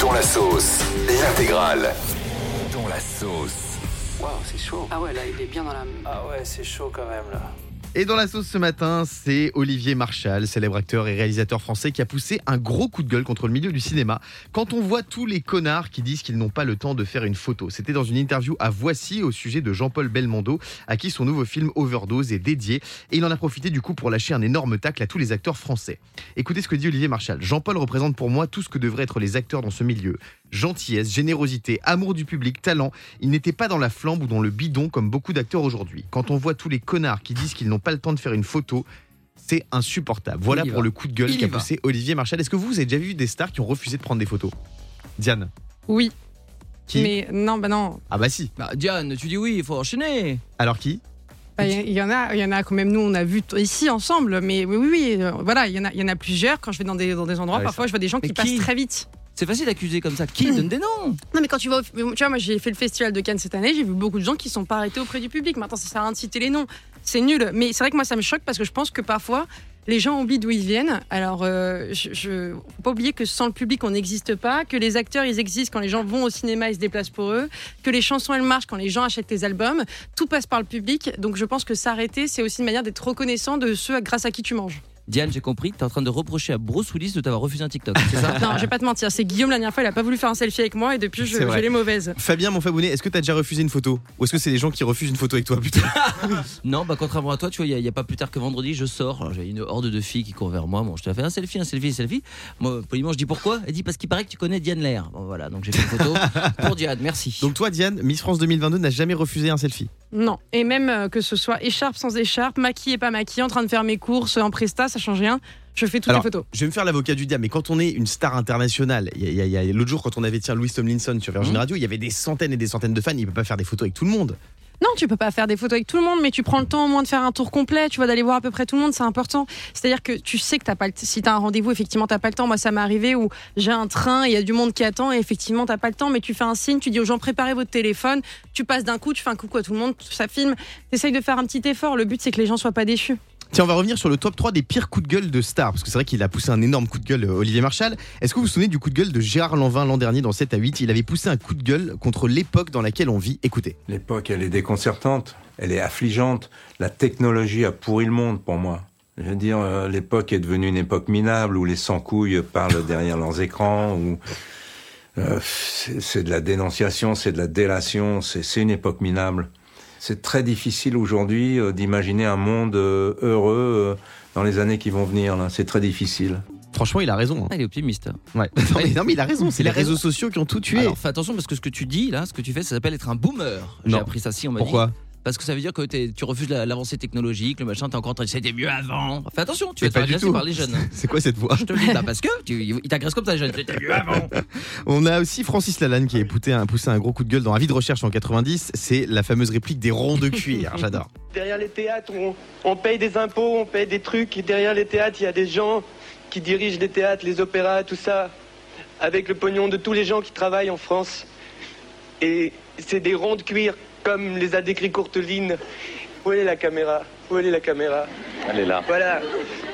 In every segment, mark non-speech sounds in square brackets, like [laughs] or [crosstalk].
Dont la sauce, l'intégrale. Dont la sauce. Waouh, c'est chaud. Ah ouais, là, il est bien dans la. Ah ouais, c'est chaud quand même là. Et dans la sauce ce matin, c'est Olivier Marchal, célèbre acteur et réalisateur français qui a poussé un gros coup de gueule contre le milieu du cinéma quand on voit tous les connards qui disent qu'ils n'ont pas le temps de faire une photo. C'était dans une interview à Voici au sujet de Jean-Paul Belmondo à qui son nouveau film Overdose est dédié et il en a profité du coup pour lâcher un énorme tacle à tous les acteurs français. Écoutez ce que dit Olivier Marchal. Jean-Paul représente pour moi tout ce que devraient être les acteurs dans ce milieu. Gentillesse, générosité, amour du public, talent. Il n'était pas dans la flambe ou dans le bidon comme beaucoup d'acteurs aujourd'hui. Quand on voit tous les connards qui disent qu'ils n'ont pas le temps de faire une photo, c'est insupportable. Voilà Il y pour va. le coup de gueule Il y qu'a va. poussé Olivier Marchal. Est-ce que vous, vous avez déjà vu des stars qui ont refusé de prendre des photos Diane Oui. Qui Mais non, bah non. Ah bah si. Bah, Diane, tu dis oui, il faut enchaîner. Alors qui Bah, Il y, il y en a, il y en a quand même. Nous, on a vu t- ici ensemble, mais oui, oui, oui, euh, voilà, il y en a, il y en a plusieurs. Quand je vais dans des, dans des endroits, Ah oui, parfois, je vois des gens Mais qui, qui passent très vite. C'est facile d'accuser comme ça. Qui donne des noms Non, mais quand tu vas, au- tu vois, moi, j'ai fait le festival de Cannes cette année, j'ai vu beaucoup de gens qui sont pas arrêtés auprès du public. Maintenant, ça sert à rien de citer les noms. C'est nul. Mais c'est vrai que moi, ça me choque parce que je pense que parfois. Les gens oublient d'où ils viennent. Alors, euh, je, je- faut pas oublier que sans le public, on n'existe pas. Que les acteurs, ils existent quand les gens vont au cinéma, ils se déplacent pour eux. Que les chansons, elles marchent quand les gens achètent les albums. Tout passe par le public. Donc, je pense que s'arrêter, c'est aussi une manière d'être reconnaissant de ceux grâce à qui tu manges. Diane, j'ai compris, t'es en train de reprocher à Bruce Willis de t'avoir refusé un TikTok, c'est ça [laughs] Non, je vais pas te mentir. C'est Guillaume la dernière fois, il a pas voulu faire un selfie avec moi et depuis, je, C'est vrai. je l'ai mauvaise. Fabien, mon Fabonnet, est-ce que t'as déjà refusé une photo Ou est-ce que c'est les gens qui refusent une photo avec toi plutôt [laughs] Non, bah contrairement à toi, tu vois, il y a- il y a, pas plus tard que vendredi, je sors, alors j'ai une horde de filles qui courent vers moi. Bon, je te fais un selfie, un selfie, un selfie. Moi, poliment, je dis pourquoi Elle dit parce qu'il paraît que tu connais Diane Lair. Bon, voilà, donc j'ai fait une photo pour Diane, merci. [laughs] Donc toi, Diane, Miss France 2022 n'a jamais refusé un selfie. Non. Et même euh, que ce soit écharpe sans écharpe, maquillée pas maquillée, en train de faire mes courses en presta, ça change rien. Je fais toutes Alors, les photos. Je vais me faire l'avocat du diable, mais quand on est une star internationale, il y a- il y a- il y a- l'autre jour quand on avait tiens Louis Tomlinson sur Virgin Mhm. Radio, il y avait des centaines et des centaines de fans, il peut pas faire des photos avec tout le monde. Non, tu peux pas faire des photos avec tout le monde, mais tu prends le temps au moins de faire un tour complet, tu vois, d'aller voir à peu près tout le monde, c'est important. C'est-à-dire que tu sais que t'as pas le t- si t'as un rendez-vous, effectivement, t'as pas le temps. Moi, ça m'est arrivé où j'ai un train, il y a du monde qui attend, et effectivement, t'as pas le temps, mais tu fais un signe, tu dis aux gens, préparez votre téléphone, tu passes d'un coup, tu fais un coucou à tout le monde, ça filme, t'essayes de faire un petit effort. Le but, c'est que les gens soient pas déçus. Tiens, on va revenir sur le top 3 des pires coups de gueule de stars, parce que c'est vrai qu'il a poussé un énorme coup de gueule, euh, Olivier Marchal. Est-ce que vous vous souvenez du coup de gueule de Gérard Lanvin l'an dernier dans 7 à 8 Il avait poussé un coup de gueule contre l'époque dans laquelle on vit. Écoutez. L'époque, elle est déconcertante, elle est affligeante. La technologie a pourri le monde pour moi. Je veux dire, euh, l'époque est devenue une époque minable où les sans-couilles parlent derrière leurs écrans, où euh, c'est c'est de la dénonciation, c'est de la délation, c'est c'est une époque minable. C'est très difficile aujourd'hui euh, d'imaginer un monde euh, heureux euh, dans les années qui vont venir. là. C'est très difficile. Franchement, il a raison. hein. Ah, il est optimiste. Ouais. [laughs] Non, mais, non, mais il a raison, c'est Il les a raison. réseaux sociaux qui ont tout tué. Alors fais attention parce que ce que tu dis là, ce que tu fais, ça s'appelle être un boomer. J'ai Non. appris ça si on m'a dit. Pourquoi Parce que ça veut dire que t'es- tu refuses la- l'avancée technologique, le machin, t'es encore en train de c'était mieux avant. Fais attention, tu vas Mais te faire pas du agresser tout. par les jeunes. hein. C'est quoi cette voix Je te le dis, bah, parce que tu, ils t'agressent comme ça les jeunes. C'était mieux avant. On a aussi Francis Lalanne Ah qui a poussé un, poussé un gros coup de gueule dans Avis de recherche en 90. C'est la fameuse réplique des ronds [laughs] de cuir. J'adore. Derrière les théâtres, on, on paye des impôts, on paye des trucs. Et derrière les théâtres, il y a des gens qui dirigent les théâtres, les opéras, tout ça, avec le pognon de tous les gens qui travaillent en France. Et c'est des ronds de cuir, comme les a décrits Courteline. Où elle est la caméra Où elle est la caméra Elle est là. Voilà,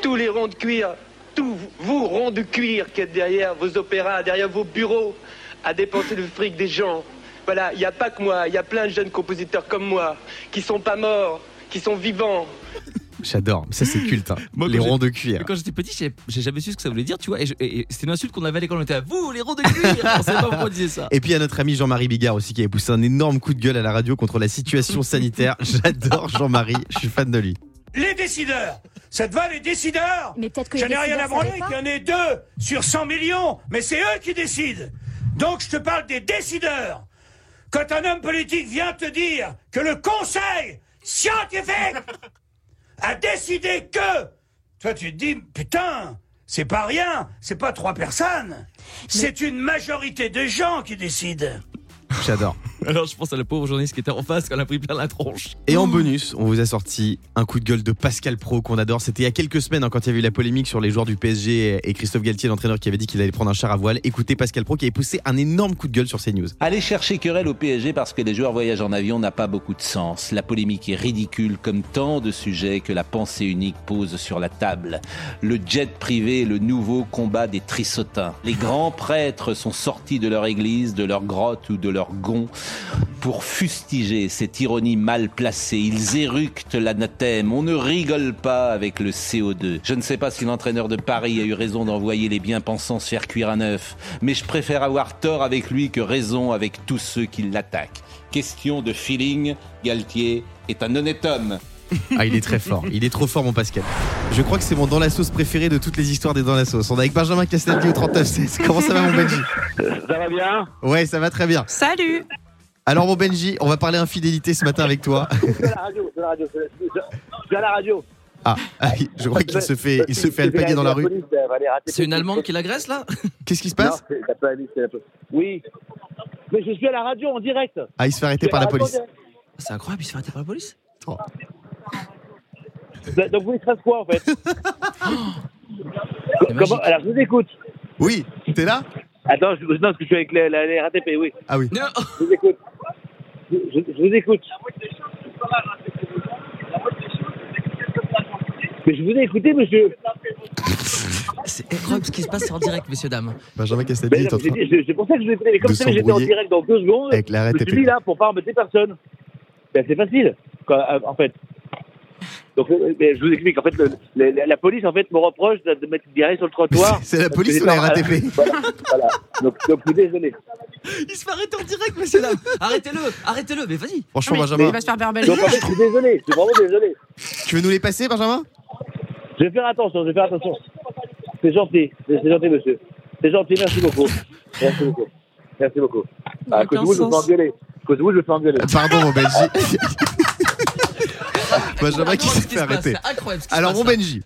tous les ronds de cuir, tous vous ronds de cuir qui êtes derrière vos opéras, derrière vos bureaux, à dépenser le fric des gens. Voilà, il n'y a pas que moi, il y a plein de jeunes compositeurs comme moi, qui sont pas morts, qui sont vivants. J'adore. Ça, c'est culte. hein. Moi, quand les j'ai- ronds de cuir. Mais quand j'étais petit, j'ai- j'ai jamais su ce que ça voulait dire, tu vois. Et, je- et- et c'était une insulte qu'on avait à l'école. On était à vous, les ronds de [laughs] cuir. On savait pas pourquoi on disait ça. Et puis, il y a notre ami Jean-Marie Bigard aussi qui avait poussé un énorme coup de gueule à la radio contre la situation sanitaire. J'adore Jean-Marie. Je suis fan de lui. les décideurs. Ça te va, les décideurs Mais peut-être que Je les n'ai rien décideurs à branler savaient pas. qu'il y en ait deux sur 100 millions, mais c'est eux qui décident. Donc je te parle des décideurs. Quand un homme politique vient te dire que le conseil [laughs] scientifique a décidé que, toi tu te dis, putain, c'est pas rien, c'est pas trois personnes, c'est une majorité de gens qui décident. J'adore. Alors je pense à la pauvre journaliste qui était en face quand elle a pris plein la tronche. Et en bonus, on vous a sorti un coup de gueule de Pascal Pro qu'on adore. C'était il y a quelques semaines hein, quand il y avait eu la polémique sur les joueurs du PSG et Christophe Galtier, l'entraîneur qui avait dit qu'il allait prendre un char à voile. Écoutez Pascal Pro qui avait poussé un énorme coup de gueule sur ces news. Aller chercher querelle au PSG parce que les joueurs voyagent en avion n'a pas beaucoup de sens. La polémique est ridicule comme tant de sujets que la pensée unique pose sur la table. Le jet privé est le nouveau combat des trissotins. Les grands prêtres sont sortis de leur église, de leur grotte ou de leur gond pour fustiger cette ironie mal placée. Ils éructent l'anathème. On ne rigole pas avec le CO2. Je ne sais pas si l'entraîneur de Paris a eu raison d'envoyer les bien-pensants se faire cuire un œuf, mais je préfère avoir tort avec lui que raison avec tous ceux qui l'attaquent. Question de feeling, Galtier est un honnête homme. Ah, il est très fort. Il est trop fort, mon Pascal. Je crois que c'est mon dans la sauce préféré de toutes les histoires des dans la sauce. On est avec Benjamin Castaldi au 3916. Comment ça va, mon Benji Ça va bien Ouais, ça va très bien. Salut Alors, mon Benji, on va parler infidélité ce matin avec toi. Je suis à la radio, je suis à la radio. Je suis à la radio. Ah, [laughs] ah, je crois qu'il se fait, il se fait alpaguer dans la rue. police, elle va aller rater- Ah, C'est une Allemande qui l'agresse là Qu'est-ce qui se Non, passe c'est la police, c'est la police. Oui. Mais je suis à la radio [laughs] en direct. Ah, il se fait arrêter par la police. C'est incroyable, il se fait arrêter par la police. Donc vous, il se passe quoi en fait C'est magique. Ah, Comment Alors je vous écoute. Oui, t'es là Attends, je... non, parce que je suis avec la, la- la RATP, oui. Ah oui. Non. oh, Je vous écoute. Je, je- je vous écoute. Mais je vous ai écouté, monsieur. C'est incroyable ce qui se passe en direct, messieurs, dames. Benjamin Castaldi Mais est non, en j'ai train Eh, dit- je- C'est pour ça que je vous ai écouté. Mais De comme ça, j'étais en s'embrouiller direct dans deux secondes. avec la Je me suis mis RATP. là pour pas embêter personne. Ben, c'est facile, quand- euh, en fait. Donc, euh, mais je vous explique. En fait, le- le- la, la police, en fait, me reproche de, de mettre une diarrhée sur le trottoir. C'est la Parce que police j'étais ou la en- [laughs] RATP Voilà, voilà. Donc, donc, je suis désolé. Il se fait arrêter en direct, messieurs, dames. Arrêtez-le, arrêtez-le, mais vas-y. Franchement, Non, mais Benjamin, Il va se faire berber. Donc, en fait, je suis désolé. Je suis vraiment désolé. tu veux nous les passer, Benjamin [laughs] Je vais faire attention. Je vais faire attention. C'est gentil. C'est c'est gentil, monsieur. C'est gentil. Merci beaucoup. Merci beaucoup. Merci beaucoup. Ah, à cause de vous, je me fais engueuler. À cause de vous, je me fais engueuler. Pardon, mon Benji. [laughs] Benjamin qui Incroyable s'est ce qui fait se passe, arrêter. c'est Incroyable ce qui se Alors passe, mon là. Benji,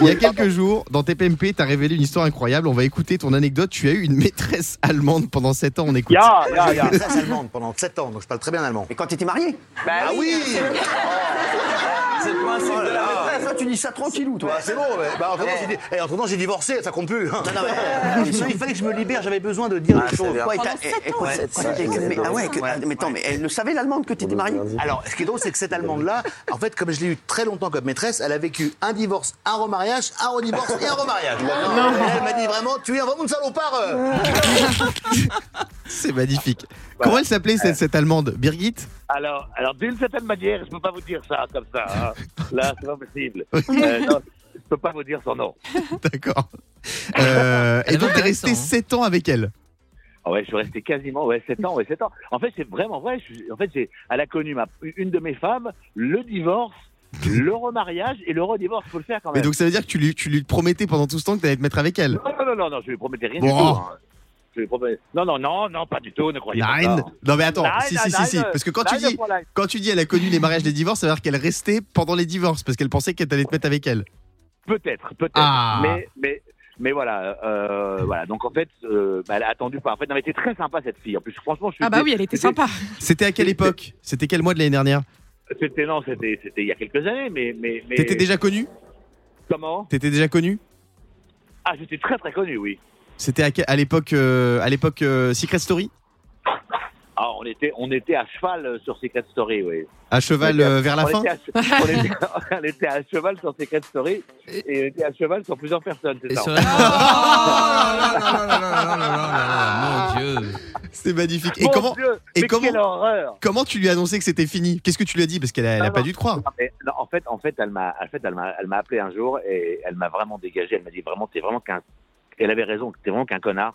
il y a quelques jours, dans TPMP, t'as révélé une histoire incroyable. On va écouter ton anecdote. Tu as eu une maîtresse allemande pendant 7 ans. On écoute. Ah, Ya, ya, ya. maîtresse allemande pendant 7 ans, donc je parle très bien allemand. Et quand tu étais marié Ah oui Oh là là. Toi, tu dis ça tranquillou, toi. c'est bon, mais bah, entre-temps, j'ai di- eh, entre-temps, j'ai divorcé, ça compte plus. hein. [laughs] il fallait que je me libère, j'avais besoin de dire des choses. Quoi, et t'as- eh, écoute, c'est- mais- ah ouais, que- ah, mais attends, mais elle le savait, l'allemande, que tu étais marié Alors, ce qui est drôle, c'est que cette allemande-là, en fait, comme je l'ai eu très longtemps comme maîtresse, elle a vécu un divorce, un remariage, un redivorce et un remariage. Et là, elle m'a dit vraiment, tu es vraiment une salopard. euh. [laughs] C'est magnifique. Comment elle s'appelait Euh. cette, cette allemande [laughs] Birgit Alors, alors d'une certaine manière, je ne peux pas vous dire ça comme ça. hein. Là, c'est pas possible. Euh, non, je ne peux pas vous dire son nom. D'accord. Euh, Elle et donc avait t'es intéressant, resté hein. 7 ans avec elle. Ah ouais, je suis resté quasiment ouais, 7 ans, ouais, 7 ans. En fait, c'est vraiment vrai. je suis- en fait, j'ai- elle a connu ma, une de mes femmes, le divorce, le remariage et le redivorce. faut le faire quand Mais même. donc ça veut dire que tu lui, tu lui promettais pendant tout ce temps que t'allais te mettre avec elle. Non, non, non, non, non, je lui promettais rien du Bon. oh, tout. hein. Je lui promettais... Non, non, non, non, pas du tout, ne croyez pas. Nein. ça. Non mais attends, Nein, si nein, si si nein, si. euh, Parce que quand tu Nein, dis, Fräulein. quand tu dis, elle a connu les mariages, les divorces, ça veut dire qu'elle restait pendant les divorces parce qu'elle pensait qu'elle t'allais te mettre avec elle. Peut-être, peut-être. Ah. Mais, mais, mais voilà, euh, voilà. Donc en fait, euh, bah, elle a attendu pas. En fait, non, mais était très sympa cette fille. En plus, franchement, je suis. Ah bah oui, elle était sympa. C'était à quelle époque C'était quel mois de l'année dernière C'était non, c'était, c'était il y a quelques années, mais mais mais. T'étais déjà connu comment T'étais déjà connu Ah, j'étais très très connu, oui. C'était à, que- à l'époque euh, à l'époque euh, Secret Story Ah, on était on était à cheval euh, sur Secret Story, oui. à cheval D'accord. euh, vers la on, fin. [laughs] était à, che- on, était, on était à cheval sur Secret Story et on était à cheval sur plusieurs personnes, c'est Et ça. sur la- Oh là là là là là là là là là, mon Dieu. C'est magnifique. Et Mon comment Dieu, et mais comment- quelle horreur comment tu lui as annoncé que c'était fini Qu'est-ce que tu lui as dit parce qu'elle a, elle a Ah pas non. dû te croire. Non, mais- non, en fait, en fait, elle m'a, en fait, elle m'a, elle m'a appelé un jour et elle m'a vraiment dégagé. Elle m'a dit vraiment, t'es vraiment qu'un. Elle avait raison, t'es vraiment qu'un connard.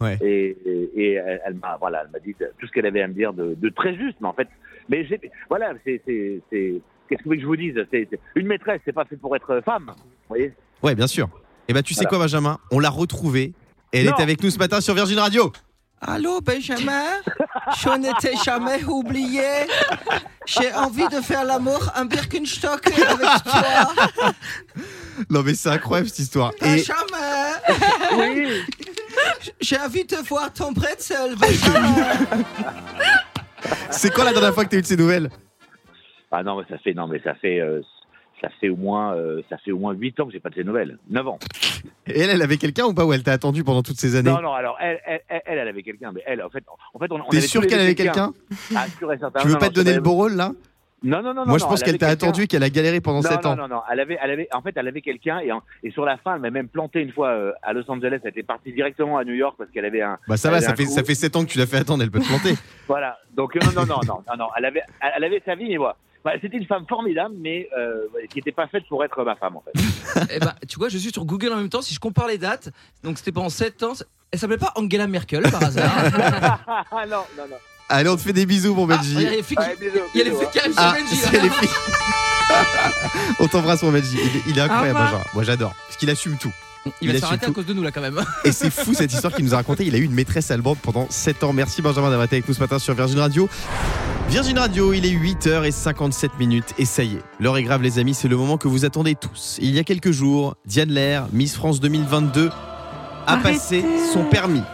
Ouais. Et, et- et elle, elle m'a, voilà, elle m'a dit tout ce qu'elle avait à me dire de, de très juste. Mais en fait, mais j'ai, voilà, c'est, c'est, c'est- qu'est-ce que vous voulez que je vous dise C'est- c'est- une maîtresse, c'est pas fait pour être femme. Vous voyez Ouais, bien sûr. Et bah tu sais Voilà. quoi Benjamin On l'a retrouvée. Elle Non. est avec nous ce matin sur Virgin Radio. Allô Benjamin, je ne t'ai jamais oublié. J'ai envie de faire l'amour un Birkenstock avec toi. Non mais c'est incroyable cette histoire. Ah, Et Benjamin, j'ai envie de voir ton pretzel, Benjamin. C'est quand la dernière fois que tu as eu de ces nouvelles Ah non, mais ça fait, non, mais ça fait, euh, ça fait au moins, euh, ça fait au moins 8 ans que j'ai pas de ses nouvelles. 9 ans. Et elle, elle avait quelqu'un ou pas Ou elle t'a attendu pendant toutes ces années Non, non, alors, elle, elle, elle, elle, elle avait quelqu'un, mais elle, en fait, en fait, on, on T'es avait sûr tous les qu'elle deux avait Ah, sûr et certain. Tu veux Non, pas non, te donner je le beau rôle là Non, non, non. Moi, non, je non, pense elle qu'elle avait t'a quelqu'un. attendu et qu'elle a galéré pendant non, 7 non, ans. Non, non, Elle avait, elle avait, en fait, elle avait quelqu'un et, en- et sur la fin, elle m'a même planté une fois euh, à Los Angeles. Elle était partie directement à New York parce qu'elle avait un. Bah ça va, elle avait ça un fait, coup. ça fait 7 ans que tu l'as fait attendre, elle peut te planter. Voilà. Donc euh, non, non, non, non, non, non. Elle avait, elle elle avait sa vie et moi. Bah, C'était une femme formidable, mais euh, qui n'était pas faite pour être ma femme en fait. Eh ben, tu vois, je suis sur Google en même temps. Si je compare les dates, donc c'était pendant 7 ans. Elle s'appelait pas Angela Merkel par hasard. Ah non, non, non. Allez, on te fait des bisous, mon Benji. Il y a les flics, Ouais, bisous, il y a les bisous, flics qui arrivent Ah, sur Benji, là. c'est les filles. [laughs] On t'embrasse, mon Benji. Il est, il est incroyable, Au revoir. Benjarin. Moi, j'adore. Parce qu'il assume tout. Il va assume s'arrêter à tout. cause de nous là quand même. Et c'est fou cette histoire qu'il nous a racontée. Il a eu une maîtresse allemande pendant 7 ans. Merci Benjamin d'avoir été avec nous ce matin sur Virgin Radio. Virgin Radio, il est 8h57 minutes et ça y est, l'heure est grave les amis, c'est le moment que vous attendez tous. Il y a quelques jours, Diane Lair, Miss France 2022, a passé son permis.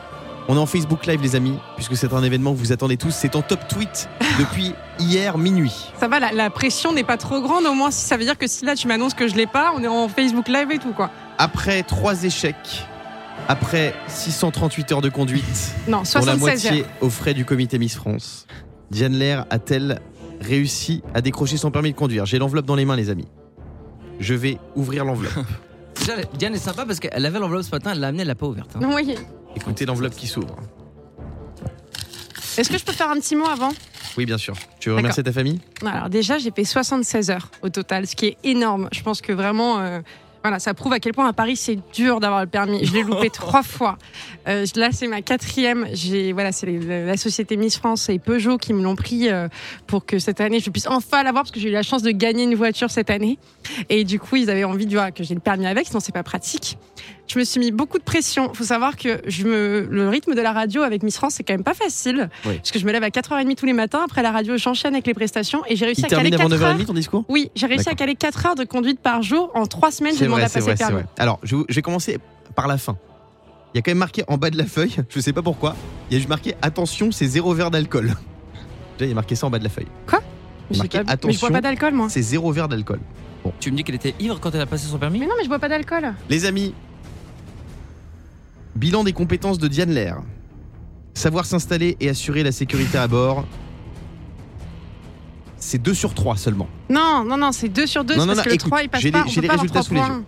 On est en Facebook Live les amis, puisque c'est un événement que vous attendez tous, c'est en top tweet depuis hier minuit. Ça va, la, la pression n'est pas trop grande, au moins si ça veut dire que si là tu m'annonces que je l'ai pas, on est en Facebook Live et tout quoi. Après trois échecs, après 638 heures de conduite, Non, pour la 76 moitié heures. aux frais du comité Miss France. Diane Lair a-t-elle réussi à décrocher son permis de conduire J'ai l'enveloppe dans les mains, les amis. Je vais ouvrir [laughs] l'enveloppe. Déjà, Diane est sympa parce qu'elle avait l'enveloppe ce matin, elle l'a amenée, elle l'a pas ouverte. hein. Oui. Écoutez l'enveloppe qui s'ouvre. Est-ce que je peux faire un petit mot avant Oui, bien sûr. Tu veux remercier ta famille Alors déjà, j'ai fait 76 heures au total, ce qui est énorme. Je pense que vraiment, euh, voilà, ça prouve à quel point à Paris c'est dur d'avoir le permis. Je [laughs] l'ai loupé trois fois. Euh, là, c'est ma quatrième. J'ai voilà, c'est les- la société Miss France et Peugeot qui me l'ont pris euh, pour que cette année je puisse enfin l'avoir parce que j'ai eu la chance de gagner une voiture cette année. Et du coup, ils avaient envie de voir que j'ai le permis avec, sinon c'est pas pratique. Je me suis mis beaucoup de pression. Faut savoir que je me, le rythme de la radio avec Miss France, c'est quand même pas facile. Oui. Parce que je me lève à 4h30 tous les matins. Après la radio, j'enchaîne avec les prestations et j'ai réussi Il à caler termine 4 avant heures. 9h30 ton discours Oui, j'ai réussi à D'accord. caler 4 heures de conduite par jour. En 3 semaines, j'ai C'est demandé vrai, à c'est passer vrai, le c'est permis. vrai. Alors, je, vous- je vais commencer par la fin. Il y a quand même marqué en bas de la feuille, [laughs] je sais pas pourquoi, il y a juste marqué attention, c'est zéro verre d'alcool. [laughs] Déjà, il y a marqué ça en bas de la feuille. J'ai Marquez pas- mais je bois attention. pas d'alcool, moi. C'est zéro verre d'alcool. Tu me dis qu'elle était ivre quand elle a passé son permis Mais non, mais je bois pas d'alcool. Les amis, bilan des compétences de Diane Lair. Savoir s'installer et assurer la sécurité à bord, c'est 2 sur 3 seulement. Non, non, non, c'est 2 sur 2. Non, non, Parce non, que le écoute, 3, il passe j'ai pas. les- on j'ai peut les pas avoir résultats trois sous les points.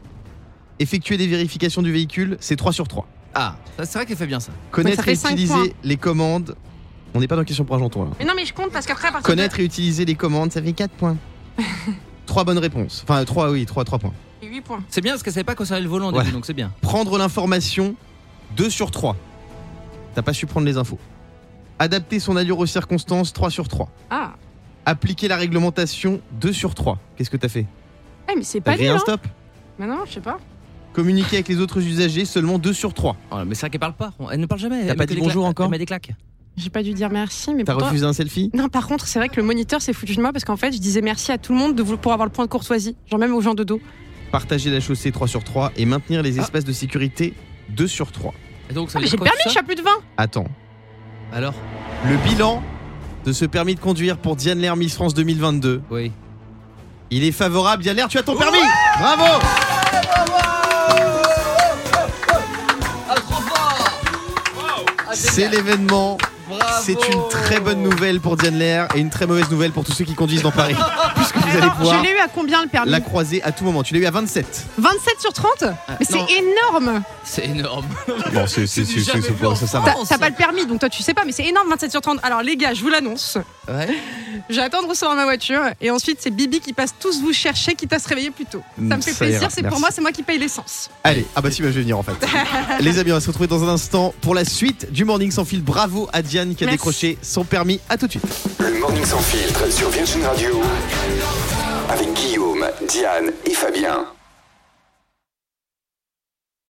Effectuer des vérifications du véhicule, c'est 3 sur 3. Ah, ça, c'est vrai qu'elle fait bien ça. Connaître fait et cinq points. utiliser les commandes, on n'est pas dans question pour un janton là. Mais non, mais je compte parce qu'après, à partir Connaître et utiliser les commandes, ça fait 4 [laughs] points. 3 bonnes réponses. Enfin, 3, oui, 3, 3 points. de 8 points. C'est bien parce qu'elle savait pas conserver le volant, au Ouais. début, donc c'est bien. Prendre l'information, 2 sur 3. T'as pas su prendre les infos. Adapter son allure aux circonstances, 3 sur 3. Ah, Appliquer la réglementation 2 sur 3. Qu'est-ce que t'as fait Eh, mais c'est T'as pas créé nul, un hein. stop Mais non, je sais pas. Communiquer avec les autres usagers seulement 2 sur 3. Oh, mais c'est vrai qu'elle parle pas. Elle ne parle jamais. Elle pas met dit que des bonjour claques. encore Elle met des claques. J'ai pas dû dire merci, mais T'as pourtant- refusé un selfie Non, par contre, c'est vrai que le moniteur s'est foutu de moi parce qu'en fait, je disais merci à tout le monde de vou- pour avoir le point de courtoisie, genre même aux gens de dos. Partager la chaussée 3 sur 3 et maintenir les Ah. espaces de sécurité 2 sur 3. Et donc, ça Ah, veut mais dire j'ai le quoi, permis, tout je suis ça à plus de 20. Attends, Alors le bilan de ce permis de conduire pour Diane Lair Miss France 2022. Oui. Il est favorable, Diane Lair, tu as ton permis Bravo Ah, trop fort C'est l'événement. C'est une très bonne nouvelle pour Diane Lair et une très mauvaise nouvelle pour tous ceux qui conduisent dans Paris. puisque vous allez Attends, pouvoir je l'ai eu à combien le permis la Ah, croiser à tout moment. Tu l'as eu à 27. 27 sur 30 Mais non. c'est énorme C'est énorme. Bon, c'est C'est du jamais vu en ça, ça va. T'as France. t'as pas le permis, donc toi tu sais pas, mais c'est énorme 27 sur 30. Alors les gars, je vous l'annonce, Ouais. j'attends de recevoir ma voiture et ensuite c'est Bibi qui passe tous vous chercher, quitte à se réveiller plus tôt. Ça me fait Mm, Ça ira, plaisir, c'est merci. pour moi, c'est moi qui paye l'essence. Allez, ah bah si, bah, je vais venir en fait. Les amis, on va se retrouver dans un instant pour la suite du Morning Sans Fil. Bravo à Diane qui a Merci. décroché son permis. À tout de suite. Le Morning Sans Filtre sur Virgin Radio. Avec Guillaume, Diane et Fabien.